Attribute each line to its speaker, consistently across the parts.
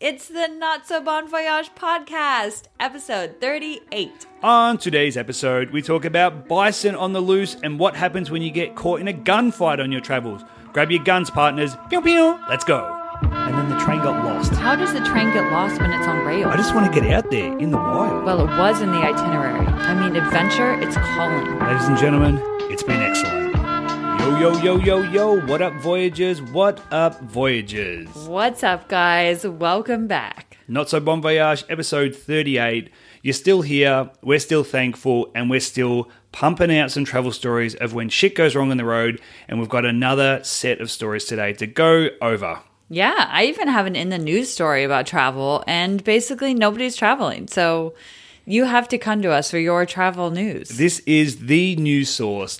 Speaker 1: It's the Not So Bon Voyage podcast, episode 38.
Speaker 2: On today's episode, we talk about bison on the loose and what happens when you get caught in a gunfight on your travels. Grab your guns, partners. Pew pew. Let's go. And then the train got lost.
Speaker 1: How does the train get lost when it's on rails?
Speaker 2: I just want to get out there in the wild.
Speaker 1: Well, it was in the itinerary. I mean, adventure, it's calling.
Speaker 2: Ladies and gentlemen, it's been excellent. Yo, yo, yo, yo, yo. What up, Voyagers? What up, Voyagers?
Speaker 1: What's up, guys? Welcome back.
Speaker 2: Not So Bon Voyage, episode 38. You're still here, we're still thankful, and we're still pumping out some travel stories of when shit goes wrong on the road. And we've got another set of stories today to go over.
Speaker 1: Yeah, I even have an in the news story about travel, and basically nobody's traveling. So you have to come to us for your travel news.
Speaker 2: This is the news source.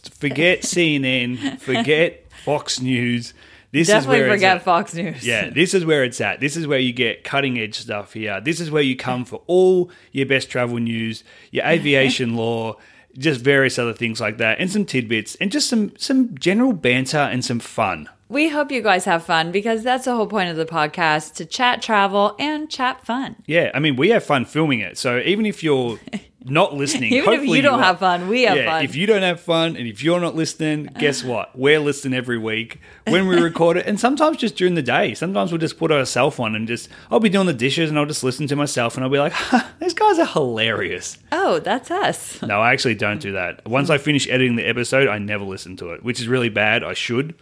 Speaker 2: Forget CNN, forget Fox News. This is
Speaker 1: Definitely
Speaker 2: where it's
Speaker 1: forget
Speaker 2: at.
Speaker 1: Fox News.
Speaker 2: Yeah, this is where it's at. This is where you get cutting edge stuff here. This is where you come for all your best travel news, your aviation law, just various other things like that, and some tidbits, and just some some general banter and some fun.
Speaker 1: We hope you guys have fun because that's the whole point of the podcast to chat travel and chat fun.
Speaker 2: Yeah, I mean, we have fun filming it. So even if you're not listening,
Speaker 1: Even if
Speaker 2: hopefully
Speaker 1: you don't
Speaker 2: are.
Speaker 1: have fun, we have
Speaker 2: Yeah,
Speaker 1: fun.
Speaker 2: If you don't have fun and if you're not listening, guess what? We're listening every week when we record it, and sometimes just during the day. Sometimes we'll just put our self on and just I'll be doing the dishes and I'll just listen to myself and I'll be like, "Huh, these guys are hilarious.
Speaker 1: Oh, that's us.
Speaker 2: No, I actually don't do that. Once I finish editing the episode, I never listen to it, which is really bad. I should.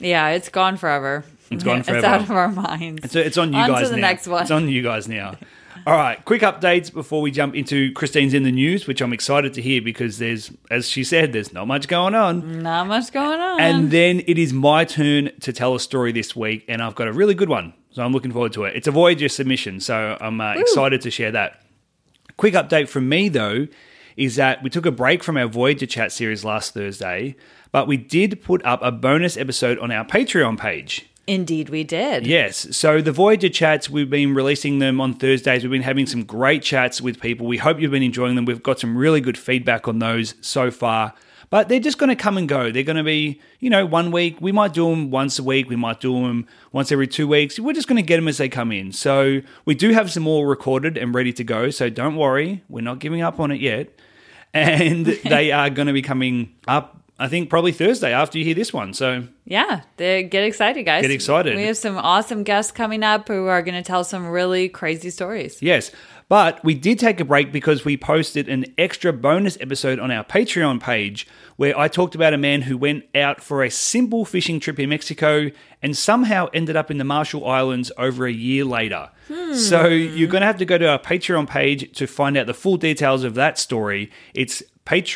Speaker 1: Yeah, it's gone forever. It's
Speaker 2: gone
Speaker 1: it's
Speaker 2: forever.
Speaker 1: out of our minds.
Speaker 2: So it's on you
Speaker 1: to
Speaker 2: guys
Speaker 1: the
Speaker 2: now.
Speaker 1: next one.
Speaker 2: It's on you guys now. All right, quick updates before we jump into Christine's in the news, which I'm excited to hear because there's, as she said, there's not much going on.
Speaker 1: Not much going on.
Speaker 2: And then it is my turn to tell a story this week, and I've got a really good one. So I'm looking forward to it. It's a Voyager submission, so I'm uh, excited to share that. Quick update from me, though, is that we took a break from our Voyager chat series last Thursday, but we did put up a bonus episode on our Patreon page.
Speaker 1: Indeed, we did.
Speaker 2: Yes. So the Voyager chats, we've been releasing them on Thursdays. We've been having some great chats with people. We hope you've been enjoying them. We've got some really good feedback on those so far. But they're just going to come and go. They're going to be, you know, one week. We might do them once a week. We might do them once every two weeks. We're just going to get them as they come in. So we do have some more recorded and ready to go. So don't worry. We're not giving up on it yet. And they are going to be coming up, I think, probably Thursday after you hear this one. So
Speaker 1: Yeah, they get excited, guys.
Speaker 2: Get excited.
Speaker 1: We have some awesome guests coming up who are going to tell some really crazy stories.
Speaker 2: Yes. But we did take a break because we posted an extra bonus episode on our Patreon page where I talked about a man who went out for a simple fishing trip in Mexico and somehow ended up in the Marshall Islands over a year later. So you're going to have to go to our Patreon page to find out the full details of that story. It's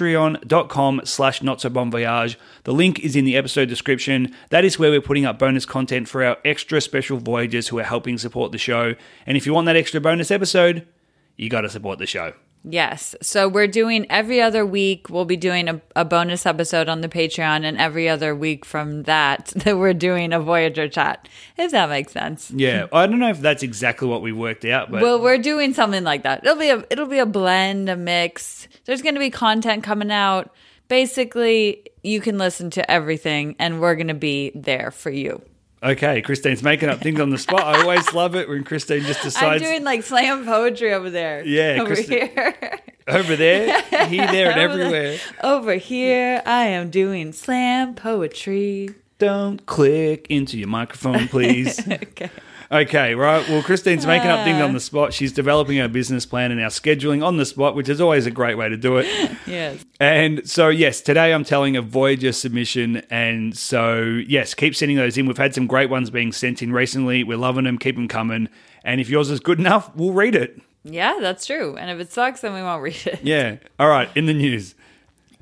Speaker 2: patreon.com slash not so bon voyage the link is in the episode description that is where we're putting up bonus content for our extra special voyagers who are helping support the show and if you want that extra bonus episode you got to support the show
Speaker 1: Yes. So we're doing every other week, we'll be doing a, a bonus episode on the Patreon, and every other week from that, that we're doing a Voyager chat, if that makes sense.
Speaker 2: yeah i don't know if that's exactly what we worked out but
Speaker 1: Well, we're doing something like that. It'll be a it'll be a blend, a mix. There's going to be content coming out. Basically, you can listen to everything, and we're going to be there for you.
Speaker 2: okay christine's making up things on the spot i always love it when christine just
Speaker 1: I'm
Speaker 2: decides
Speaker 1: doing like slam poetry over there.
Speaker 2: Yeah,
Speaker 1: over
Speaker 2: Kristen-
Speaker 1: here,
Speaker 2: over there here there and everywhere
Speaker 1: over here. I am doing slam poetry.
Speaker 2: don't click into your microphone please
Speaker 1: Okay. Ah.
Speaker 2: Okay, right. Well, Christine's making up things on the spot. She's developing her business plan and our scheduling on the spot, which is always a great way to do it.
Speaker 1: Yes.
Speaker 2: And so, yes, today I'm telling a Voyager submission. And so, yes, keep sending those in. We've had some great ones being sent in recently. We're loving them. Keep them coming. And if yours is good enough, we'll read it.
Speaker 1: Yeah, that's true. And if it sucks, then we won't read it.
Speaker 2: Yeah. All right. In the news.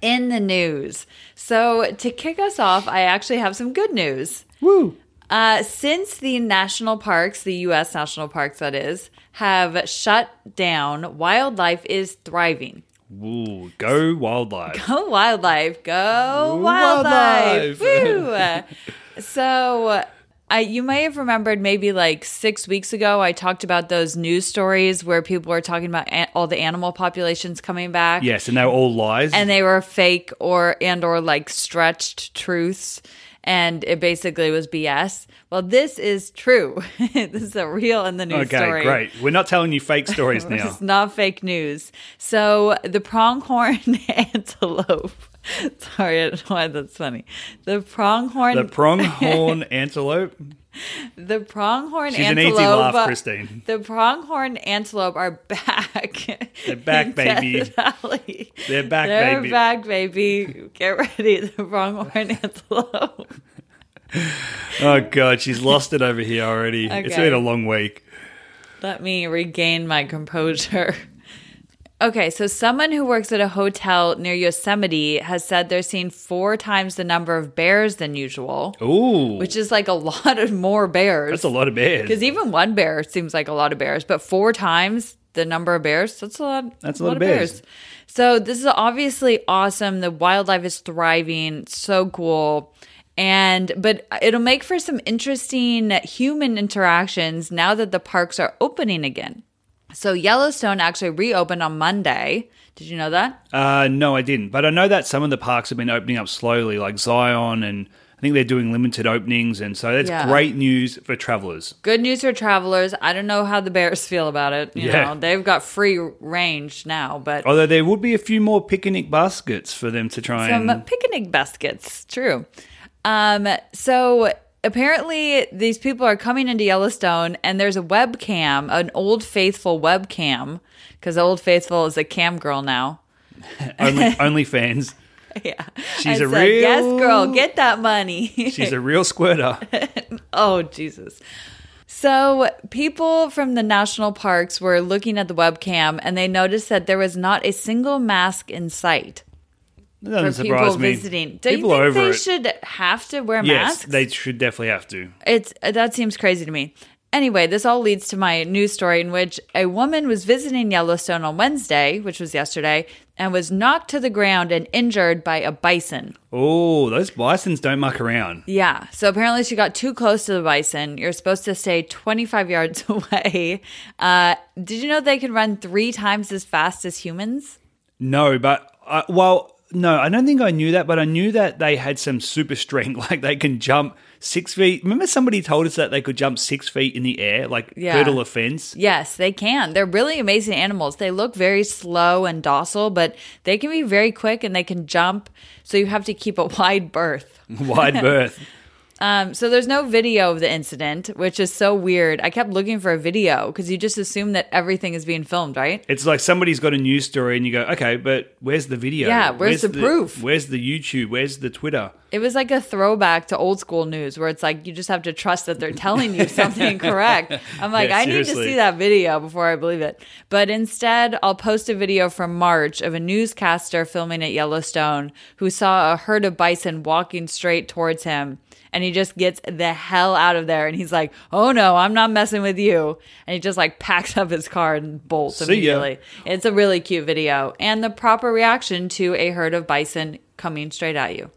Speaker 1: In the news. So to kick us off, I actually have some good news.
Speaker 2: Woo.
Speaker 1: Uh, since the national parks, the U.S. national parks, that is, have shut down, wildlife is thriving.
Speaker 2: Ooh, go wildlife.
Speaker 1: Go wildlife, go wildlife! Woo! so, I you may have remembered maybe like six weeks ago, I talked about those news stories where people were talking about an- all the animal populations coming back,
Speaker 2: Yes. And they were all lies.
Speaker 1: and they were fake or and or like stretched truths. and it basically was BS. Well, this is true. this is a real in the news
Speaker 2: okay,
Speaker 1: story.
Speaker 2: great. We're not telling you fake stories now.
Speaker 1: It's not fake news. So the pronghorn antelope. Sorry, I don't know why that's funny. The pronghorn.
Speaker 2: The pronghorn antelope.
Speaker 1: The pronghorn
Speaker 2: She's an easy
Speaker 1: antelope.
Speaker 2: laugh, Christine.
Speaker 1: The pronghorn antelope are back.
Speaker 2: They're back,
Speaker 1: in
Speaker 2: baby.
Speaker 1: Death Valley.
Speaker 2: They're back,
Speaker 1: They're
Speaker 2: baby.
Speaker 1: back, baby. Get ready. The pronghorn antelope.
Speaker 2: Oh god, she's lost it over here already. It's
Speaker 1: Okay.
Speaker 2: been a long week.
Speaker 1: Let me regain my composure. Okay, so someone who works at a hotel near Yosemite has said they're seeing four times the number of bears than usual,
Speaker 2: Ooh,
Speaker 1: which is like a lot of more bears.
Speaker 2: Oh. that's a lot of bears.
Speaker 1: Because even one bear seems like a lot of bears, but four times the number of bears, that's a lot.
Speaker 2: That's a lot of bears.
Speaker 1: So this is obviously awesome. The wildlife is thriving. So cool. And but it'll make for some interesting human interactions now that the parks are opening again. So Yellowstone actually reopened on Monday. Did you know that?
Speaker 2: Uh, no, I didn't, but I know that some of the parks have been opening up slowly, like Zion, and I think they're doing limited openings, and so that's
Speaker 1: Yeah.
Speaker 2: great news for travelers.
Speaker 1: Good news for travelers. I don't know how the bears feel about it. You
Speaker 2: Yeah. Oh,
Speaker 1: know, they've got free range now, but
Speaker 2: Although there would be a few more picnic baskets for them to try
Speaker 1: some
Speaker 2: and.
Speaker 1: picnic baskets. True. Um, so apparently, these people are coming into Yellowstone, and there's a webcam, an Old Faithful webcam, because Old Faithful is a cam girl now.
Speaker 2: only, only fans.
Speaker 1: Yeah,
Speaker 2: She's
Speaker 1: I
Speaker 2: a
Speaker 1: said, yes,
Speaker 2: real-
Speaker 1: girl, get that money.
Speaker 2: She's a real squirter.
Speaker 1: oh Jesus. So, people from the national parks were looking at the webcam and they noticed that there was not a single mask in sight
Speaker 2: That
Speaker 1: for
Speaker 2: doesn't
Speaker 1: people
Speaker 2: surprise me.
Speaker 1: visiting. Don't
Speaker 2: people
Speaker 1: you think
Speaker 2: are over
Speaker 1: they
Speaker 2: it.
Speaker 1: should have to wear
Speaker 2: yes,
Speaker 1: masks?
Speaker 2: they should definitely have to.
Speaker 1: It's uh, that seems crazy to me. Anyway, this all leads to my news story in which a woman was visiting Yellowstone on Wednesday, which was yesterday, and was knocked to the ground and injured by a bison.
Speaker 2: Oh, those bisons don't muck around.
Speaker 1: Yeah. So apparently she got too close to the bison. You're supposed to stay 25 yards away. Uh, did you know they can run three times as fast as humans?
Speaker 2: No, but I, well, no, I don't think I knew that, but I knew that they had some super strength, like they can jump six feet. Remember, somebody told us that they could jump six feet in the air, like
Speaker 1: Yeah.
Speaker 2: hurdle a fence.
Speaker 1: Yes, they can. They're really amazing animals. They look very slow and docile, but they can be very quick and they can jump. So you have to keep a wide berth.
Speaker 2: Wide berth.
Speaker 1: Um, so there's no video of the incident, which is so weird. I kept looking for a video because you just assume that everything is being filmed, right?
Speaker 2: It's like somebody's got a news story, and you go, okay, but where's the video?
Speaker 1: Yeah, where's the proof?
Speaker 2: Where's the YouTube? Where's the Twitter?
Speaker 1: It was like a throwback to old school news where it's like you just have to trust that they're telling you something correct. I'm like,
Speaker 2: Yeah,
Speaker 1: I need to
Speaker 2: seriously.
Speaker 1: see that video before I believe it. But instead, I'll post a video from March of a newscaster filming at Yellowstone who saw a herd of bison walking straight towards him. And he just gets the hell out of there. And he's like, oh no, I'm not messing with you. And he just like packs up his car and bolts
Speaker 2: See ya.
Speaker 1: immediately. It's a really cute video and the proper reaction to a herd of bison coming straight at you.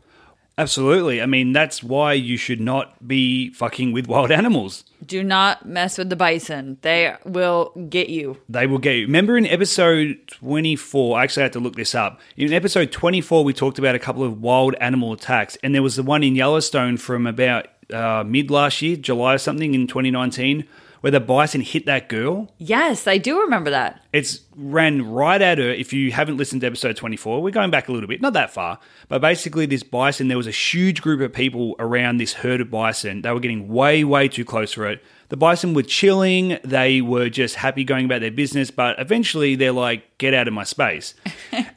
Speaker 2: Absolutely. I mean, that's why you should not be fucking with wild animals.
Speaker 1: Do not mess with the bison. They will get you.
Speaker 2: They will get you. Remember in episode 24, I actually had to look this up. In episode 24, we talked about a couple of wild animal attacks, and there was the one in Yellowstone from about uh, mid last year, July or something in 2019, where the bison hit that girl.
Speaker 1: Yes, I do remember that.
Speaker 2: It's ran right at her. If you haven't listened to episode 24, we're going back a little bit, not that far. But basically, this bison, there was a huge group of people around this herd of bison. They were getting way, way too close for it. The bison were chilling. They were just happy going about their business. But eventually, they're like, get out of my space.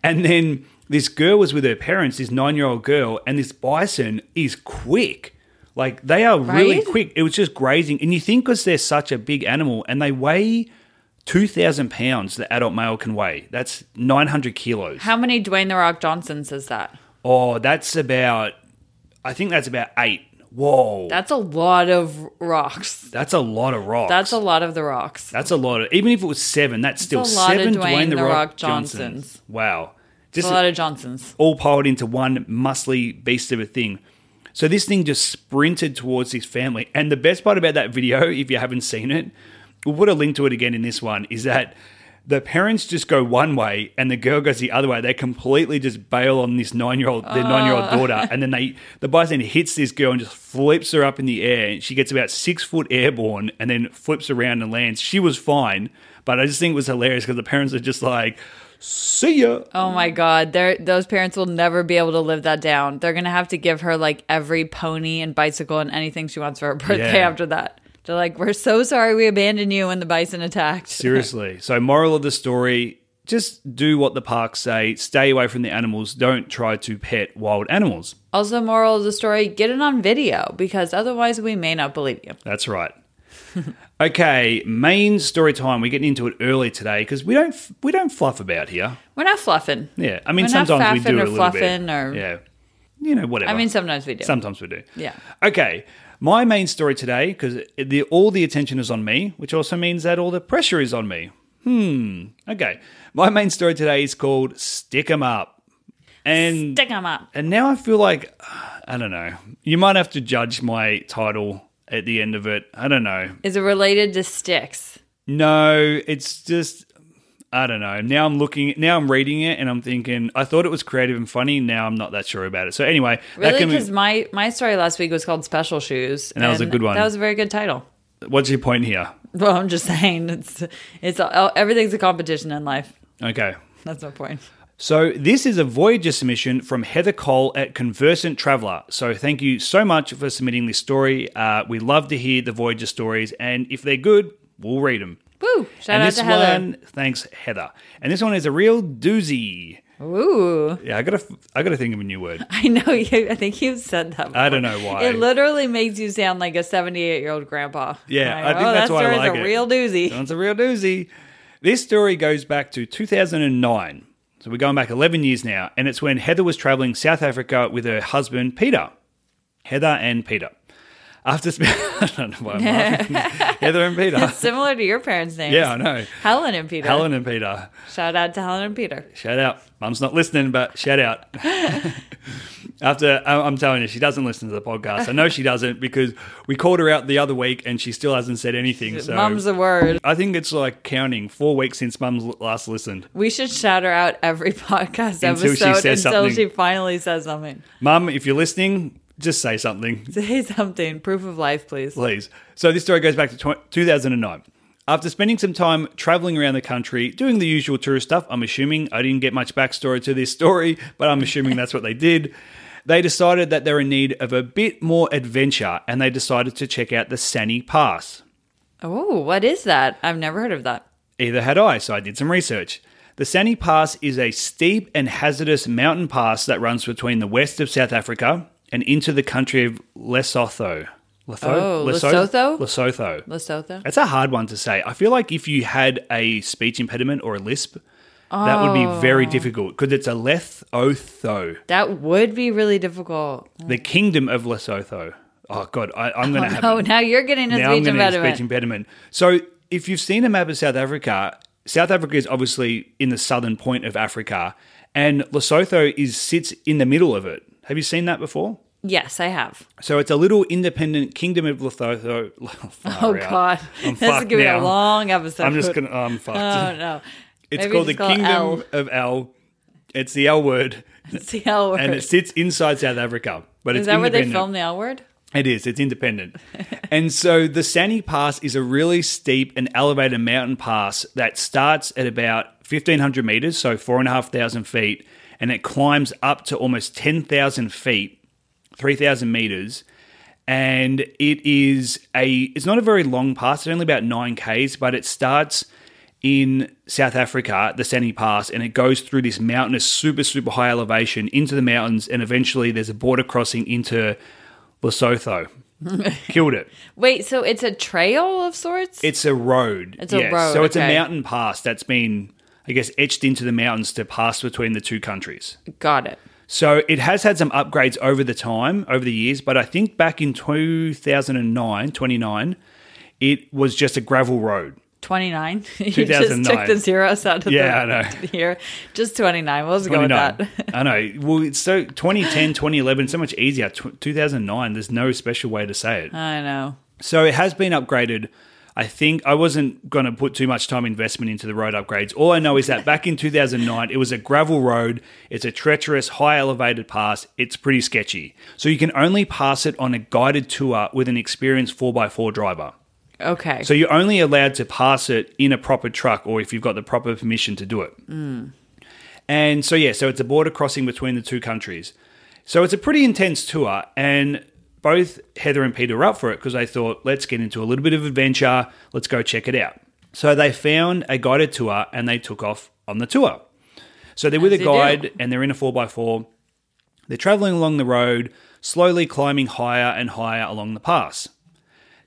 Speaker 2: and then this girl was with her parents, this nine year old girl, and this bison is quick. Like they are really
Speaker 1: Right?
Speaker 2: quick. It was just grazing, and you think because they're such a big animal and they weigh two thousand pounds, the adult male can weigh. That's nine hundred kilos.
Speaker 1: How many Dwayne the Rock Johnson says that?
Speaker 2: oh, that's about. I think that's about eight. Whoa,
Speaker 1: That's a lot of rocks.
Speaker 2: that's a lot of rocks.
Speaker 1: That's a lot of the rocks.
Speaker 2: that's a lot of. Even if it was seven, that's still
Speaker 1: a lot of
Speaker 2: seven.
Speaker 1: Dwayne The Rock
Speaker 2: Johnsons.
Speaker 1: Johnsons.
Speaker 2: Wow,
Speaker 1: That's
Speaker 2: just
Speaker 1: a lot of Johnsons.
Speaker 2: all piled into one muscly beast of a thing. So this thing just sprinted towards this family. And the best part about that video, if you haven't seen it, we'll put a link to it again in this one, is that the parents just go one way and the girl goes the other way. They completely just bail on this nine year old, their nine year old daughter, and then they the bystander hits this girl and just flips her up in the air. And she gets about six foot airborne and then flips around and lands. She was fine, but I just think it was hilarious because the parents are just like, "See ya."
Speaker 1: Oh my god, They're, those parents will never be able to live that down. They're gonna have to give her like every pony and bicycle and anything she wants for her birthday
Speaker 2: Yeah.
Speaker 1: after that. They're like, we're so sorry we abandoned you when the bison attacked.
Speaker 2: Seriously. So, moral of the story just do what the parks say, stay away from the animals, don't try to pet wild animals.
Speaker 1: Also, moral of the story: get it on video because otherwise we may not believe you.
Speaker 2: That's right. okay, main story time. We're getting into it early today because we don't we don't fluff about here.
Speaker 1: We're not fluffing.
Speaker 2: Yeah, I mean
Speaker 1: We're not
Speaker 2: sometimes we
Speaker 1: faffing
Speaker 2: do
Speaker 1: or
Speaker 2: a little
Speaker 1: fluffing
Speaker 2: bit.
Speaker 1: or-
Speaker 2: yeah, you know whatever.
Speaker 1: I mean, sometimes we do.
Speaker 2: sometimes we do.
Speaker 1: Yeah.
Speaker 2: Okay, my main story today because the all the attention is on me, which also means that all the pressure is on me. Hmm. Okay, my main story today is called "Stick 'Em Up," and
Speaker 1: Stick 'em up.
Speaker 2: and now I feel like I don't know. You might have to judge my title at the end of it. I don't know.
Speaker 1: Is it related to sticks?
Speaker 2: No, it's just I don't know. Now I'm looking now I'm reading it and I'm thinking I thought it was creative and funny, now I'm not that sure about it. So anyway,
Speaker 1: Really?
Speaker 2: can be-
Speaker 1: Because my my story last week was called Special Shoes,
Speaker 2: And that was a good one.
Speaker 1: That was a very good title.
Speaker 2: what's your point here?
Speaker 1: Well, I'm just saying it's it's all, everything's a competition in life.
Speaker 2: Okay.
Speaker 1: That's my point.
Speaker 2: So this is a Voyager submission from Heather Cole at Conversant Traveler. So thank you so much for submitting this story. Uh, we love to hear the Voyager stories, and if they're good, we'll read them.
Speaker 1: Woo! Shout
Speaker 2: and
Speaker 1: out
Speaker 2: this
Speaker 1: to Heather.
Speaker 2: one, thanks Heather. And this one is a real doozy.
Speaker 1: Oooo!
Speaker 2: Yeah, I gotta, I gotta think of a new word.
Speaker 1: I know you. I think you've said that. Before.
Speaker 2: I don't know why.
Speaker 1: It literally makes you sound like a 78 year old grandpa.
Speaker 2: Yeah,
Speaker 1: Like,
Speaker 2: I think
Speaker 1: oh,
Speaker 2: that's
Speaker 1: that
Speaker 2: why I
Speaker 1: story's
Speaker 2: like
Speaker 1: a
Speaker 2: it.
Speaker 1: real doozy.
Speaker 2: That's a real doozy. This story goes back to 2009. So we're going back 11 years now. And it's when Heather was traveling South Africa with her husband, Peter. Heather and Peter. After, sp- I don't know why I'm laughing. Heather and Peter.
Speaker 1: Similar to your parents' names.
Speaker 2: Yeah, I know.
Speaker 1: Helen and Peter.
Speaker 2: Helen and Peter.
Speaker 1: Shout out to Helen and Peter.
Speaker 2: Shout out. Mum's not listening, but shout out. After I- I'm telling you, she doesn't listen to the podcast. I know she doesn't because we called her out the other week and she still hasn't said anything. So
Speaker 1: Mum's a word.
Speaker 2: I think it's like counting four weeks since Mum's l- last listened.
Speaker 1: We should shout her out every podcast
Speaker 2: Until she
Speaker 1: episode until
Speaker 2: says something.
Speaker 1: she finally says something.
Speaker 2: Mum, if you're listening, just say something,
Speaker 1: Say something. Proof of life, please.
Speaker 2: please. So this story goes back to tw- 2009. After spending some time traveling around the country, doing the usual tourist stuff, I'm assuming I didn't get much backstory to this story, but I'm assuming that's what they did. They decided that they're in need of a bit more adventure and they decided to check out the Sani Pass.
Speaker 1: Oh, what is that? I've never heard of that.
Speaker 2: Either had I, so I did some research. The Sani Pass is a steep and hazardous mountain pass that runs between the west of South Africa and into the country of Lesotho. Lesotho?
Speaker 1: Oh, Lesotho?
Speaker 2: Leso- Lesotho.
Speaker 1: Lesotho?
Speaker 2: That's a hard one to say. I feel like if you had a speech impediment or a lisp, that would be
Speaker 1: Oh.
Speaker 2: very difficult because it's a Lesotho,
Speaker 1: That would be really difficult.
Speaker 2: the kingdom of Lesotho. Oh, God, I, I'm going to have
Speaker 1: Oh, now you're getting a
Speaker 2: now I'm
Speaker 1: speech
Speaker 2: going to
Speaker 1: impediment.
Speaker 2: speech impediment. So if you've seen a map of South Africa, South Africa is obviously in the southern point of Africa, and Lesotho is sits in the middle of it. Have you seen that before?
Speaker 1: yes, I have.
Speaker 2: So it's a little independent kingdom of Lesotho.
Speaker 1: Oh,
Speaker 2: Far out.
Speaker 1: God.
Speaker 2: I'm
Speaker 1: this is
Speaker 2: fucked
Speaker 1: going to be a
Speaker 2: now.
Speaker 1: long episode.
Speaker 2: I'm just gonna. I'm fucked.
Speaker 1: Oh, no.
Speaker 2: it's
Speaker 1: Maybe
Speaker 2: called the
Speaker 1: just call it
Speaker 2: kingdom
Speaker 1: L.
Speaker 2: of L. It's the L word,
Speaker 1: It's the L word.
Speaker 2: and it sits inside South Africa. But
Speaker 1: Is
Speaker 2: it's
Speaker 1: that where they
Speaker 2: independent.
Speaker 1: filmed the L word?
Speaker 2: It is. It's independent. and so the Sani Pass is a really steep and elevated mountain pass that starts at about 1,500 meters, so 4,500 feet, and it climbs up to almost 10,000 feet, 3,000 meters. And it is a, it's not a very long pass, it's only about 9Ks, but it starts in South Africa, the Sani Pass, and it goes through this mountainous, super, super high elevation into the mountains, and eventually there's a border crossing into Lesotho. Killed it.
Speaker 1: Wait, so it's a trail of sorts?
Speaker 2: It's a road. It's
Speaker 1: a road,
Speaker 2: So it's
Speaker 1: okay.
Speaker 2: a mountain pass that's been, I guess, etched into the mountains to pass between the two countries.
Speaker 1: Got it.
Speaker 2: So it has had some upgrades over the time, over the years, but I think back in 2009, 29, it was just a gravel road.
Speaker 1: 29. you just
Speaker 2: 2009.
Speaker 1: took the zeros out of
Speaker 2: Yeah,
Speaker 1: the,
Speaker 2: I know.
Speaker 1: the year. Just 29. We'll just go with that.
Speaker 2: 29. I know. Well, it's so 2010, 2011, so much easier. Tw 2009, there's no special way to say it.
Speaker 1: I know.
Speaker 2: So it has been upgraded I think I wasn't going to put too much time investment into the road upgrades. All I know is that back in 2009, it was a gravel road. It's a treacherous, high elevated pass. It's pretty sketchy. So you can only pass it on a guided tour with an experienced 4x4 driver.
Speaker 1: Okay.
Speaker 2: So you're only allowed to pass it in a proper truck or if you've got the proper permission to do it. And so, yeah, so it's a border crossing between the two countries. So it's a pretty intense tour. And both Heather and Peter were up for it because they thought, let's get into a little bit of adventure. Let's go check it out. So they found a guided tour and they took off on the tour. So they're with
Speaker 1: As
Speaker 2: a
Speaker 1: you do.
Speaker 2: guide and they're in a 4x4. They're traveling along the road, slowly climbing higher and higher along the pass.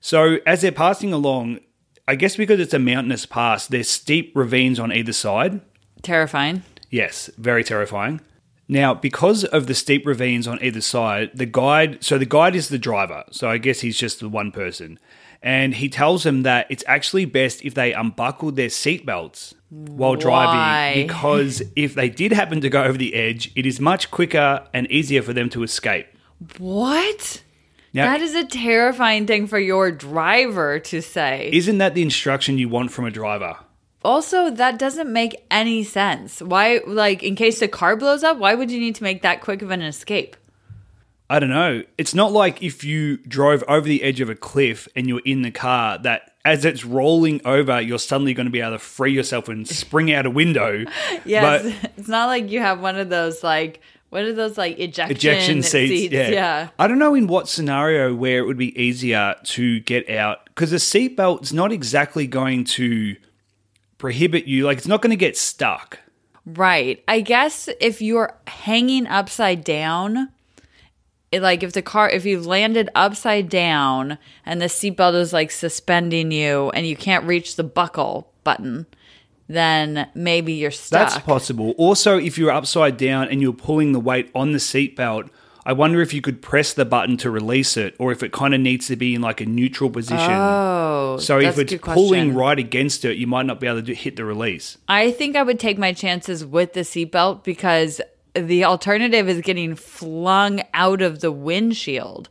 Speaker 2: So as they're passing along, I guess because it's a mountainous pass, there's steep ravines on either side.
Speaker 1: Terrifying.
Speaker 2: Yes, very terrifying. Now, because of the steep ravines on either side, the guide so the guide is the driver, so I guess he's just the one person. And he tells them that it's actually best if they unbuckle their seatbelts while
Speaker 1: Why?
Speaker 2: driving because if they did happen to go over the edge, it is much quicker and easier for them to escape.
Speaker 1: What?
Speaker 2: Now,
Speaker 1: That is a terrifying thing for your driver to say.
Speaker 2: isn't that the instruction you want from a driver?
Speaker 1: also, that doesn't make any sense. Why, like, in case the car blows up, why would you need to make that quick of an escape?
Speaker 2: I don't know. It's not like if you drove over the edge of a cliff and you're in the car that as it's rolling over, you're suddenly going to be able to free yourself and spring out a window.
Speaker 1: Yes,
Speaker 2: But
Speaker 1: it's not like you have one of those like what are those like ejection,
Speaker 2: ejection seats, yeah. I don't know in what scenario where it would be easier to get out because a seatbelt's not exactly going to prohibit you. Like it's not going to get stuck.
Speaker 1: Right. I guess if you're hanging upside down, it, like if the car if you've landed upside down and the seatbelt is like suspending you and you can't reach the buckle button, then maybe you're stuck.
Speaker 2: That's possible. Also, if you're upside down and you're pulling the weight on the seatbelt, I wonder if you could press the button to release it or if it kind of needs to be in like a neutral position.
Speaker 1: Oh,
Speaker 2: so
Speaker 1: that's
Speaker 2: if
Speaker 1: a
Speaker 2: it's
Speaker 1: good
Speaker 2: pulling
Speaker 1: question.
Speaker 2: right against it, you might not be able to do, hit the release.
Speaker 1: I think I would take my chances with the seatbelt because the alternative is getting flung out of the windshield.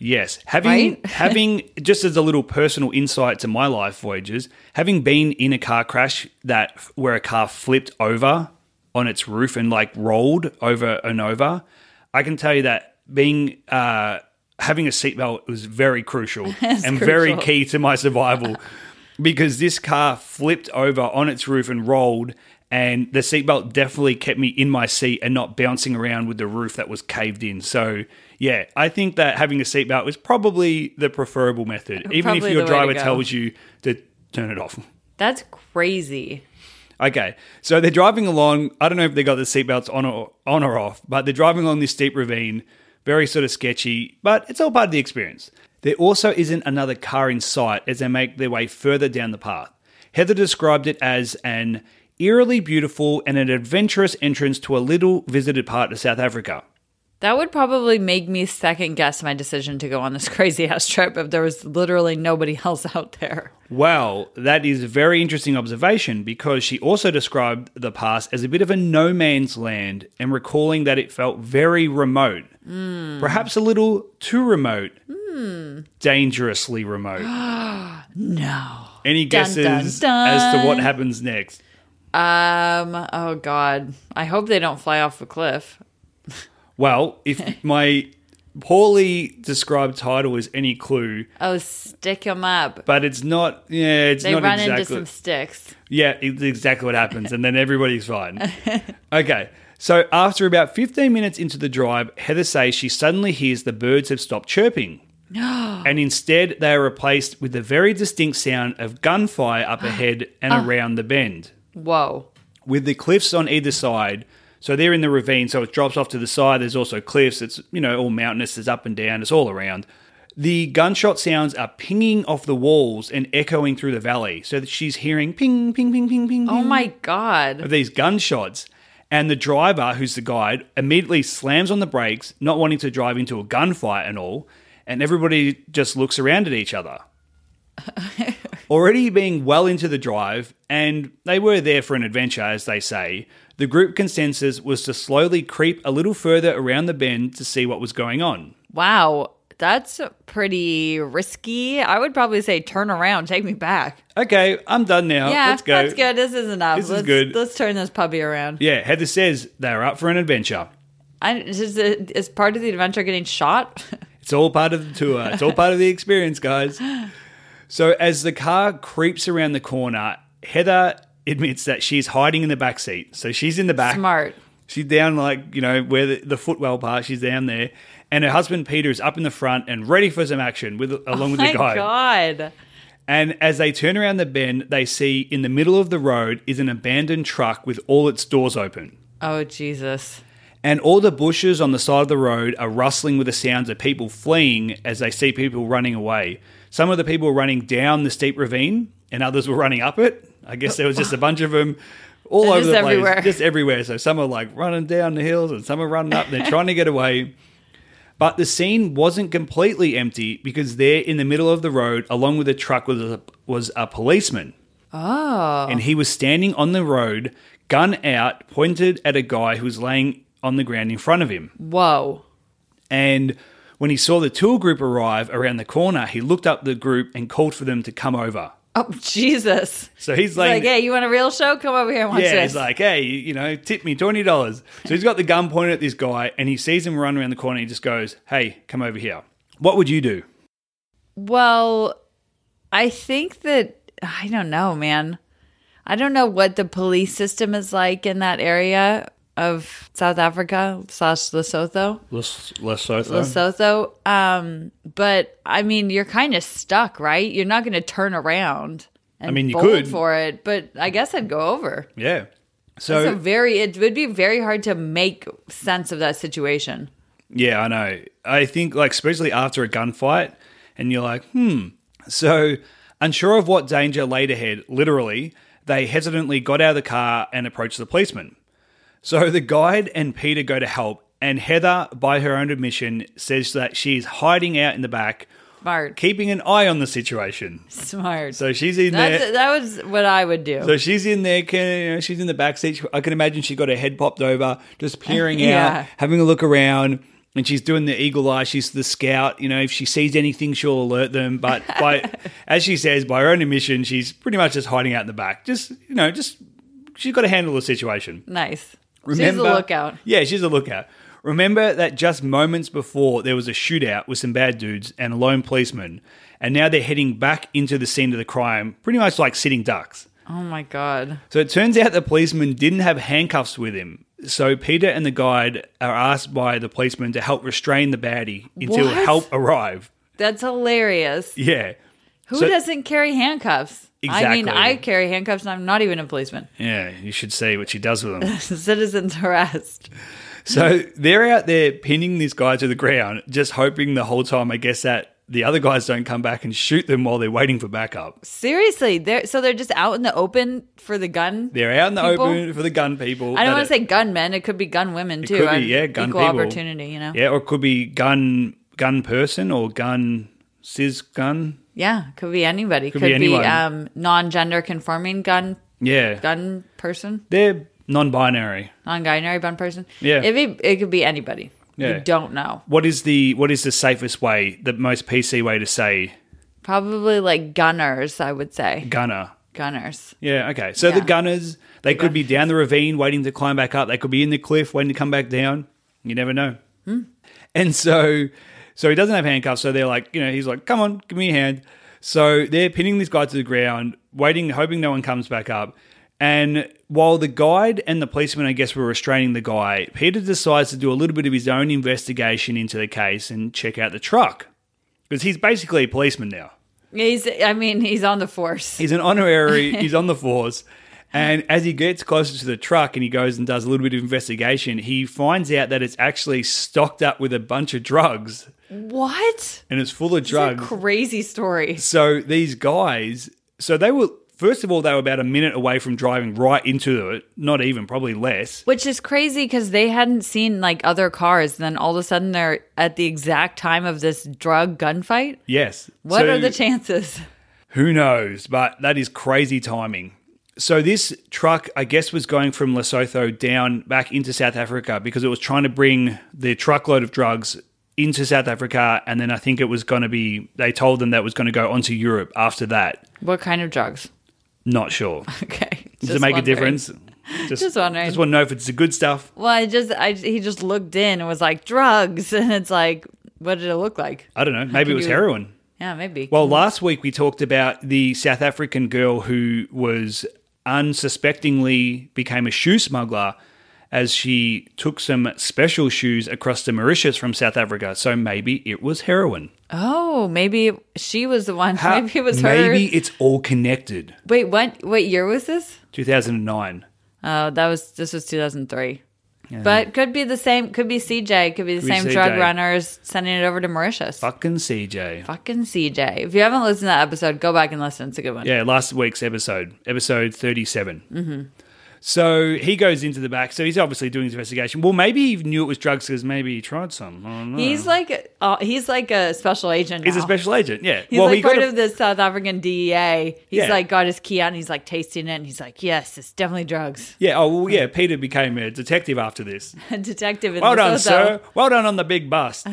Speaker 2: Yes. Having
Speaker 1: Right?
Speaker 2: having just as a little personal insight to my life voyages, having been in a car crash that where a car flipped over on its roof and like rolled over and over, I can tell you that being uh, having a seatbelt was very crucial and very
Speaker 1: crucial.
Speaker 2: key to my survival because this car flipped over on its roof and rolled and the seatbelt definitely kept me in my seat and not bouncing around with the roof that was caved in. So, yeah, I think that having a seatbelt is probably the preferable method, even if
Speaker 1: Probably the
Speaker 2: your
Speaker 1: way to
Speaker 2: driver
Speaker 1: go.
Speaker 2: tells you to turn it off.
Speaker 1: That's crazy.
Speaker 2: Okay, so they're driving along. I don't know if they got the seatbelts on or on or off, but they're driving along this steep ravine, very sort of sketchy, but it's all part of the experience. There also isn't another car in sight as they make their way further down the path. Heather described it as an eerily beautiful and an adventurous entrance to a little visited part of South Africa.
Speaker 1: That would probably make me second guess my decision to go on this crazy ass trip if there was literally nobody else out there.
Speaker 2: Well, that is a very interesting observation because she also described the pass as a bit of a no man's land and recalling that it felt very remote, perhaps a little too remote, dangerously remote. no. Any
Speaker 1: Dun,
Speaker 2: guesses
Speaker 1: dun,
Speaker 2: as to what
Speaker 1: dun.
Speaker 2: happens next?
Speaker 1: Um, oh god. I hope they don't fly off a cliff.
Speaker 2: Well, if my poorly described title is any clue,
Speaker 1: Oh, stick them up.
Speaker 2: but it's not, yeah, it's
Speaker 1: They
Speaker 2: not
Speaker 1: run
Speaker 2: exactly.
Speaker 1: into some sticks.
Speaker 2: Yeah, it's exactly what happens. And then everybody's fine. okay. So after about 15 minutes into the drive, Heather says she suddenly hears the birds have stopped chirping. and instead, they are replaced with the very distinct sound of gunfire up ahead and around the bend
Speaker 1: Whoa.
Speaker 2: with the cliffs on either side. So they're in the ravine, so it drops off to the side. There's also cliffs. It's you know all mountainous. It's up and down. It's all around. The gunshot sounds are pinging off the walls and echoing through the valley. So that she's hearing ping, ping, ping, ping, ping.
Speaker 1: Oh
Speaker 2: ping
Speaker 1: my god.
Speaker 2: of these gunshots. And the driver, who's the guide, immediately slams on the brakes, not wanting to drive into a gunfight and all. And everybody just looks around at each other. Already being well into the drive, and they were there for an adventure, as they say, the group consensus was to slowly creep a little further around the bend to see what was going on.
Speaker 1: Wow. That's pretty risky. I would probably say turn around, take me back.
Speaker 2: Okay, I'm done now.
Speaker 1: yeah,
Speaker 2: Let's go.
Speaker 1: that's good. This is enough.
Speaker 2: Oh, This is
Speaker 1: let's,
Speaker 2: good.
Speaker 1: Let's turn this puppy around.
Speaker 2: Yeah, Heather says they're up for an adventure.
Speaker 1: I, is, it- is part of the adventure getting shot?
Speaker 2: It's all part of the tour. It's all part of the experience, guys. So as the car creeps around the corner, Heather admits that she's hiding in the back seat. So she's in the back.
Speaker 1: Smart.
Speaker 2: She's down like, you know, where the, the footwell part, she's down there. And her husband Peter is up in the front and ready for some action with along with
Speaker 1: Oh My
Speaker 2: the guy.
Speaker 1: God.
Speaker 2: And as they turn around the bend, they see in the middle of the road is an abandoned truck with all its doors open.
Speaker 1: Oh, Jesus.
Speaker 2: And all the bushes on the side of the road are rustling with the sounds of people fleeing as they see people running away. Some of the people were running down the steep ravine, and others were running up it. I guess there was just a bunch of them all
Speaker 1: They're
Speaker 2: over
Speaker 1: just
Speaker 2: the
Speaker 1: everywhere.
Speaker 2: place, just everywhere. So some are like running down the hills, and some are running up. They're trying to get away. But the scene wasn't completely empty because there in the middle of the road, along with the truck, was a, was a policeman. Oh. And he was standing on the road, gun out, pointed at a guy who was laying on the ground in front of him.
Speaker 1: Whoa.
Speaker 2: And when he saw the tour group arrive around the corner, he looked up the group and called for them to come over.
Speaker 1: Oh, Jesus.
Speaker 2: So he's
Speaker 1: He's like,
Speaker 2: laying.
Speaker 1: hey, you want a real show? Come over here and watch
Speaker 2: yeah,
Speaker 1: this.
Speaker 2: he's like, hey, you you know, tip me twenty dollars. So he's got the gun pointed at this guy, and he sees him run around the corner. He just goes, "Hey, come over here. What would you do?"
Speaker 1: Well, I think that I don't know, man. I don't know what the police system is like in that area of South Africa slash Lesotho. Lesotho. Um, but I mean, you're kind of stuck, right? You're not going to turn around. And
Speaker 2: mean, you
Speaker 1: bolt
Speaker 2: could.
Speaker 1: for it, but I guess I'd go over.
Speaker 2: Yeah. So
Speaker 1: It's a very. It would be very hard to make sense of that situation.
Speaker 2: Yeah, I know. I think like especially after a gunfight, and you're like, hmm. So unsure of what danger laid ahead, literally, they hesitantly got out of the car and approached the policeman. So the guide and Peter go to help, and Heather, by her own admission, says that she's hiding out in the back,
Speaker 1: Smart,
Speaker 2: keeping an eye on the situation.
Speaker 1: smart.
Speaker 2: So she's in there.
Speaker 1: That's, that was what I would do.
Speaker 2: So she's in there, can, you know, she's in the back seat. She- I can imagine she got her head popped over, just peering
Speaker 1: Yeah.
Speaker 2: out, having a look around, and she's doing the eagle eye. She's the scout. You know, if she sees anything, she'll alert them. But by, as she says, by her own admission, she's pretty much just hiding out in the back. Just, you know, just she's got to handle the situation.
Speaker 1: nice. She's a
Speaker 2: Remember-
Speaker 1: lookout.
Speaker 2: Yeah, she's a lookout. Remember that just moments before there was a shootout with some bad dudes and a lone policeman, and now they're heading back into the scene of the crime, pretty much like sitting ducks.
Speaker 1: Oh my god.
Speaker 2: So it turns out the policeman didn't have handcuffs with him. So Peter and the guide are asked by the policeman to help restrain the baddie until
Speaker 1: What?
Speaker 2: help arrive.
Speaker 1: That's hilarious.
Speaker 2: Yeah.
Speaker 1: Who
Speaker 2: So-
Speaker 1: doesn't carry handcuffs? I mean,
Speaker 2: Exactly.
Speaker 1: I carry handcuffs and I'm not even a policeman.
Speaker 2: Yeah, you should see what she does with them.
Speaker 1: Citizens harassed.
Speaker 2: so they're out there pinning this guy to the ground, just hoping the whole time, I guess, that the other guys don't come back and shoot them while they're waiting for backup.
Speaker 1: Seriously, they're so they're just out in the open for the gun.
Speaker 2: They're out in the
Speaker 1: People-
Speaker 2: open for the gun people.
Speaker 1: I don't
Speaker 2: that
Speaker 1: want
Speaker 2: are-
Speaker 1: to say gunmen. It could be gun women too.
Speaker 2: could be,
Speaker 1: I'm
Speaker 2: yeah, gun
Speaker 1: equal
Speaker 2: people.
Speaker 1: opportunity. You know.
Speaker 2: Yeah, or it could be gun gun person or gun cis gun.
Speaker 1: Yeah, could be anybody. Could,
Speaker 2: be
Speaker 1: be,
Speaker 2: anyone.
Speaker 1: um, non-gender conforming gun
Speaker 2: Yeah.
Speaker 1: gun person,
Speaker 2: They're non binary.
Speaker 1: non-binary gun person.
Speaker 2: Yeah.
Speaker 1: It be it could be anybody.
Speaker 2: Yeah.
Speaker 1: You don't know.
Speaker 2: what is the what is the safest way, the most PC way to say
Speaker 1: Probably like gunners. I would say
Speaker 2: gunner?
Speaker 1: gunners.
Speaker 2: Yeah, okay. So the
Speaker 1: Yeah.
Speaker 2: gunners, they could be down the ravine waiting to climb back up. They could be in the cliff waiting to come back down. You never know. And so so he doesn't have handcuffs, so they're like, you know, he's like, "Come on, give me your hand." So they're pinning this guy to the ground, waiting, hoping no one comes back up. And while the guide and the policeman, I guess, were restraining the guy, Peter decides to do a little bit of his own investigation into the case and check out the truck. Because he's basically a policeman now.
Speaker 1: He's. I mean, he's on the force.
Speaker 2: He's an honorary. he's on the force. And as he gets closer to the truck and he goes and does a little bit of investigation, he finds out that it's actually stocked up with a bunch of drugs
Speaker 1: What?
Speaker 2: and it's full of
Speaker 1: It's a
Speaker 2: drugs.
Speaker 1: crazy story.
Speaker 2: so these guys, so they were, first of all, they were about a minute away from driving right into it, not even, probably less.
Speaker 1: Which is crazy because they hadn't seen like other cars. Then all of a sudden they're at the exact time of this drug gunfight.
Speaker 2: Yes.
Speaker 1: What
Speaker 2: So-
Speaker 1: are the chances?
Speaker 2: Who knows? But that is crazy timing. So this truck, I guess, was going from Lesotho down back into South Africa because it was trying to bring the truckload of drugs into South Africa, and then I think it was going to be. They told them that it was going to go onto Europe after that.
Speaker 1: What kind of drugs?
Speaker 2: Not sure.
Speaker 1: Okay.
Speaker 2: Does
Speaker 1: just
Speaker 2: it make a
Speaker 1: wondering.
Speaker 2: difference?
Speaker 1: Just wondering.
Speaker 2: Just want to know if it's the good stuff.
Speaker 1: Well, I just I he just looked in and was like drugs, and it's like, what did it look like?
Speaker 2: I don't know. Maybe it
Speaker 1: can
Speaker 2: was
Speaker 1: you-
Speaker 2: heroin.
Speaker 1: Yeah, maybe.
Speaker 2: Well, last week we talked about the South African girl who was unsuspectingly became a shoe smuggler as she took some special shoes across to Mauritius from South Africa. So maybe it was heroin.
Speaker 1: oh, maybe she was the one.
Speaker 2: How-
Speaker 1: maybe it was her.
Speaker 2: Maybe it's all connected.
Speaker 1: Wait, what? What year was this?
Speaker 2: 2009.
Speaker 1: Oh, that was this was 2003. But could be the same. Could be CJ. Could be the
Speaker 2: be
Speaker 1: same drug
Speaker 2: CJ.
Speaker 1: runners sending it over to Mauritius.
Speaker 2: Fucking CJ.
Speaker 1: Fucking CJ. If you haven't listened to that episode, go back and listen. It's a good one.
Speaker 2: Yeah, last week's episode, episode 37. Mm-hmm. So he goes into the back. So he's obviously doing his investigation. Well, maybe he knew it was drugs because maybe he tried some. I don't know.
Speaker 1: He's like uh, he's like a special agent.
Speaker 2: He's a
Speaker 1: now.
Speaker 2: special agent. Yeah.
Speaker 1: He's
Speaker 2: well,
Speaker 1: like
Speaker 2: he
Speaker 1: part
Speaker 2: got a-
Speaker 1: of the South African DEA. He's
Speaker 2: Yeah.
Speaker 1: like got his key out and he's like tasting it and he's like, yes, it's definitely drugs.
Speaker 2: Yeah, oh, well, yeah, Peter became a detective after this.
Speaker 1: A detective in
Speaker 2: Well done,
Speaker 1: Lesotho.
Speaker 2: sir. Well done on the big bust.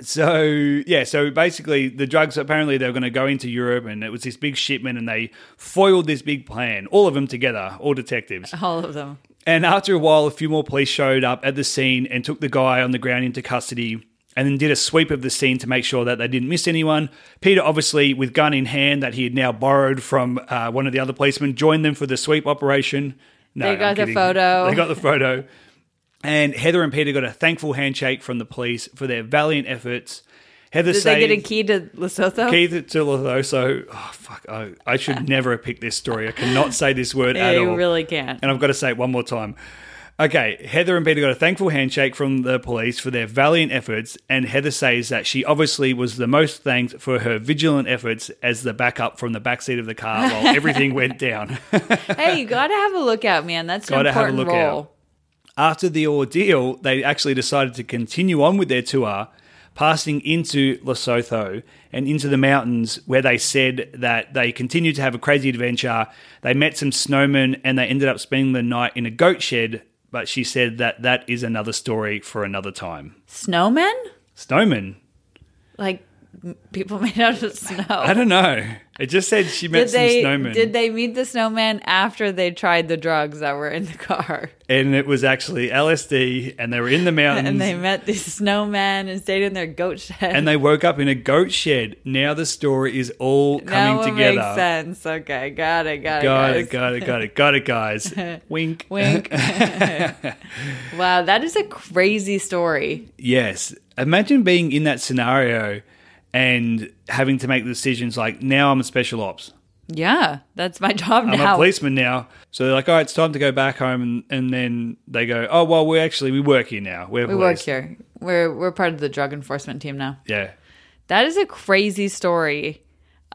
Speaker 2: so, yeah, so basically the drugs, apparently they were going to go into Europe and it was this big shipment and they foiled this big plan, all of them together, all detectives.
Speaker 1: All of them.
Speaker 2: And after a while, a few more police showed up at the scene and took the guy on the ground into custody and then did a sweep of the scene to make sure that they didn't miss anyone. Peter, obviously, with gun in hand that he had now borrowed from uh, one of the other policemen, joined them for the sweep operation. No,
Speaker 1: They got
Speaker 2: I'm
Speaker 1: the
Speaker 2: kidding.
Speaker 1: photo.
Speaker 2: They got the photo. And Heather and Peter got a thankful handshake from the police for their valiant efforts. Heather
Speaker 1: Did
Speaker 2: said,
Speaker 1: they get a key to Lesotho?
Speaker 2: Keith Tulathoso. Oh, fuck. I, I should never have picked this story. I cannot say this word
Speaker 1: yeah,
Speaker 2: at all
Speaker 1: you really can't.
Speaker 2: and I've got to say it one more time. Okay, Heather and Peter got a thankful handshake from the police for their valiant efforts, and Heather says that she obviously was the most thanked for her vigilant efforts as the backup from the backseat of the car while everything went down.
Speaker 1: hey, you gotta have a look out, man. That's an
Speaker 2: Gotta have a
Speaker 1: important
Speaker 2: look out.
Speaker 1: role.
Speaker 2: After the ordeal, they actually decided to continue on with their tour, passing into Lesotho and into the mountains, where they said that they continued to have a crazy adventure. They met some snowmen and they ended up spending the night in a goat shed. But she said that that is another story for another time.
Speaker 1: Snowmen?
Speaker 2: Snowmen?
Speaker 1: Like m- people made out of snow.
Speaker 2: I don't know. It just said she met
Speaker 1: did
Speaker 2: some
Speaker 1: they
Speaker 2: snowmen.
Speaker 1: did they meet the snowman after they tried the drugs that were in the car?
Speaker 2: and it was actually LSD, and they were in the mountains.
Speaker 1: And they met these snowmen and stayed in their goat shed.
Speaker 2: and they woke up in a goat shed. Now the story is all coming
Speaker 1: now it
Speaker 2: together.
Speaker 1: makes sense. Okay, got it, got it,
Speaker 2: Got it,
Speaker 1: guys.
Speaker 2: got it, got it, got it, guys. Wink.
Speaker 1: Wink. wow, that is a crazy story.
Speaker 2: Yes. Imagine being in that scenario and having to make decisions like, now I'm a special ops.
Speaker 1: Yeah, that's my job
Speaker 2: I'm
Speaker 1: now.
Speaker 2: a policeman now. So they're like, all right, it's time to go back home. And, and then they go, oh, well, we actually, we work here now. We're
Speaker 1: we work
Speaker 2: police."
Speaker 1: here. We're we're part of the drug enforcement team now.
Speaker 2: Yeah.
Speaker 1: That is a crazy story.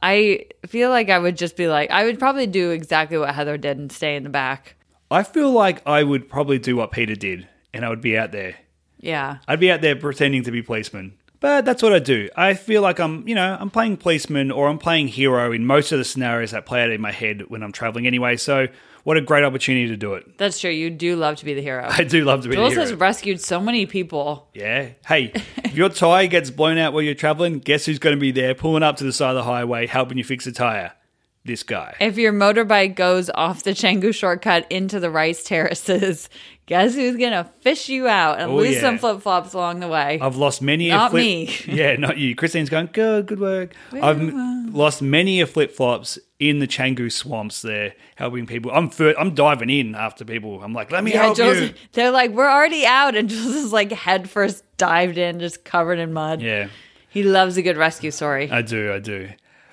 Speaker 1: I feel like I would just be like, I would probably do exactly what Heather did and stay in the back.
Speaker 2: I feel like I would probably do what Peter did and I would be out there.
Speaker 1: Yeah,
Speaker 2: I'd be out there pretending to be policeman. But that's what I do. I feel like I'm, you know, I'm playing policeman or I'm playing hero in most of the scenarios that play out in my head when I'm traveling anyway. So, what a great opportunity to do it.
Speaker 1: that's true. You do love to be the hero.
Speaker 2: I do love to be the
Speaker 1: Jules
Speaker 2: hero.
Speaker 1: has rescued so many people.
Speaker 2: yeah. Hey, if your tire gets blown out while you're traveling, guess who's going to be there pulling up to the side of the highway helping you fix the tire? This guy.
Speaker 1: If your motorbike goes off the Changu shortcut into the rice terraces, guess who's gonna fish you out and
Speaker 2: Oh,
Speaker 1: lose
Speaker 2: yeah.
Speaker 1: some flip flops along the way?
Speaker 2: I've lost many a
Speaker 1: Not
Speaker 2: flip-
Speaker 1: me.
Speaker 2: yeah, not you. Christine's going, good, good work. I've m- lost many a flip flops in the Changu swamps there, helping people. I'm fir- I'm diving in after people. I'm like, let me help
Speaker 1: Jules,
Speaker 2: you.
Speaker 1: they're like, we're already out, and Jules is like head first dived in, just covered in mud.
Speaker 2: Yeah,
Speaker 1: He loves a good rescue story.
Speaker 2: I do, I do.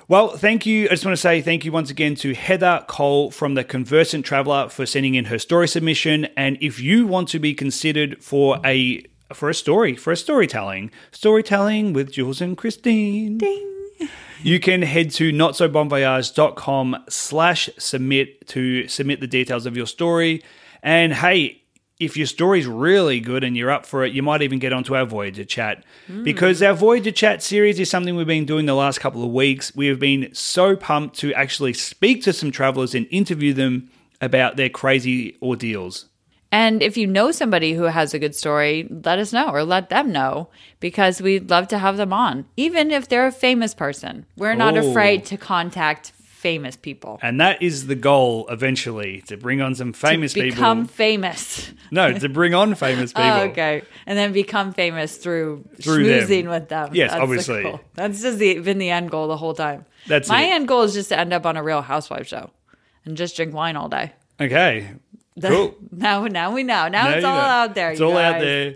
Speaker 2: Well, thank you. I just want to say thank you once again to Heather Cole from the Conversant Traveler for sending in her story submission. And if you want to be considered for a for a story, for a storytelling, storytelling with Jules and Christine. You can head to notsobonvoyage.com slash submit to submit the details of your story. And hey, if your story's really good and you're up for it, you might even get onto our Voyager chat
Speaker 1: Hmm.
Speaker 2: because our Voyager chat series is something we've been doing the last couple of weeks. We have been so pumped to actually speak to some travelers and interview them about their crazy ordeals.
Speaker 1: And if you know somebody who has a good story, let us know or let them know because we'd love to have them on, even if they're a famous person. We're not
Speaker 2: Ooh.
Speaker 1: afraid to contact famous people.
Speaker 2: Oh. And that is the goal eventually to bring on some famous
Speaker 1: Become
Speaker 2: people.
Speaker 1: famous.
Speaker 2: No, to bring on famous people.
Speaker 1: Oh, okay. And then become famous through,
Speaker 2: Through them.
Speaker 1: schmoozing with them.
Speaker 2: Yes,
Speaker 1: the
Speaker 2: obviously.
Speaker 1: goal. That's just the, been the end goal the whole time.
Speaker 2: That's
Speaker 1: My
Speaker 2: it.
Speaker 1: end goal is just to end up on a real housewife show and just drink wine all day.
Speaker 2: Okay. Cool.
Speaker 1: now, now we know. Now,
Speaker 2: Now
Speaker 1: it's
Speaker 2: you
Speaker 1: all
Speaker 2: know.
Speaker 1: out there.
Speaker 2: It's
Speaker 1: you
Speaker 2: all out
Speaker 1: guys.
Speaker 2: there.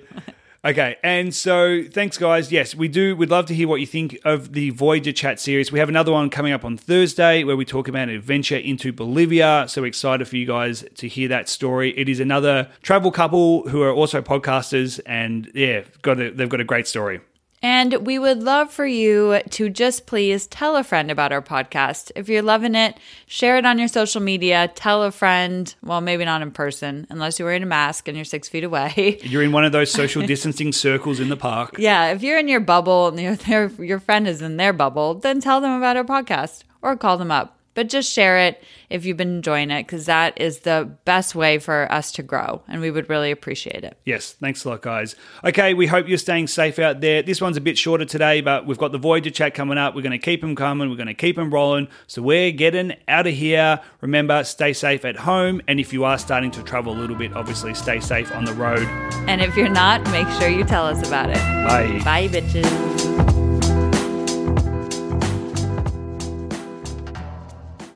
Speaker 2: Okay, and so thanks, guys. Yes, we do. We'd love to hear what you think of the Voyager chat series. We have another one coming up on Thursday where we talk about an adventure into Bolivia. So excited for you guys to hear that story. It is another travel couple who are also podcasters, and yeah, got a, they've got a great story.
Speaker 1: And we would love for you to just please tell a friend about our podcast. If you're loving it, share it on your social media, tell a friend. Well, maybe not in person, unless you're wearing a mask and you're six feet away.
Speaker 2: You're in one of those social distancing circles in the park.
Speaker 1: yeah, if you're in your bubble and your their, your friend is in their bubble, then tell them about our podcast or call them up. But just share it if you've been enjoying it, because that is the best way for us to grow. And we would really appreciate it.
Speaker 2: Yes, thanks a lot, guys. Okay, we hope you're staying safe out there. This one's a bit shorter today, but we've got the Voyager chat coming up. We're going to keep them coming. We're going to keep them rolling. So we're getting out of here. Remember, stay safe at home. And if you are starting to travel a little bit, obviously stay safe on the road.
Speaker 1: And if you're not, make sure you tell us about it.
Speaker 2: Bye.
Speaker 1: Bye, bitches.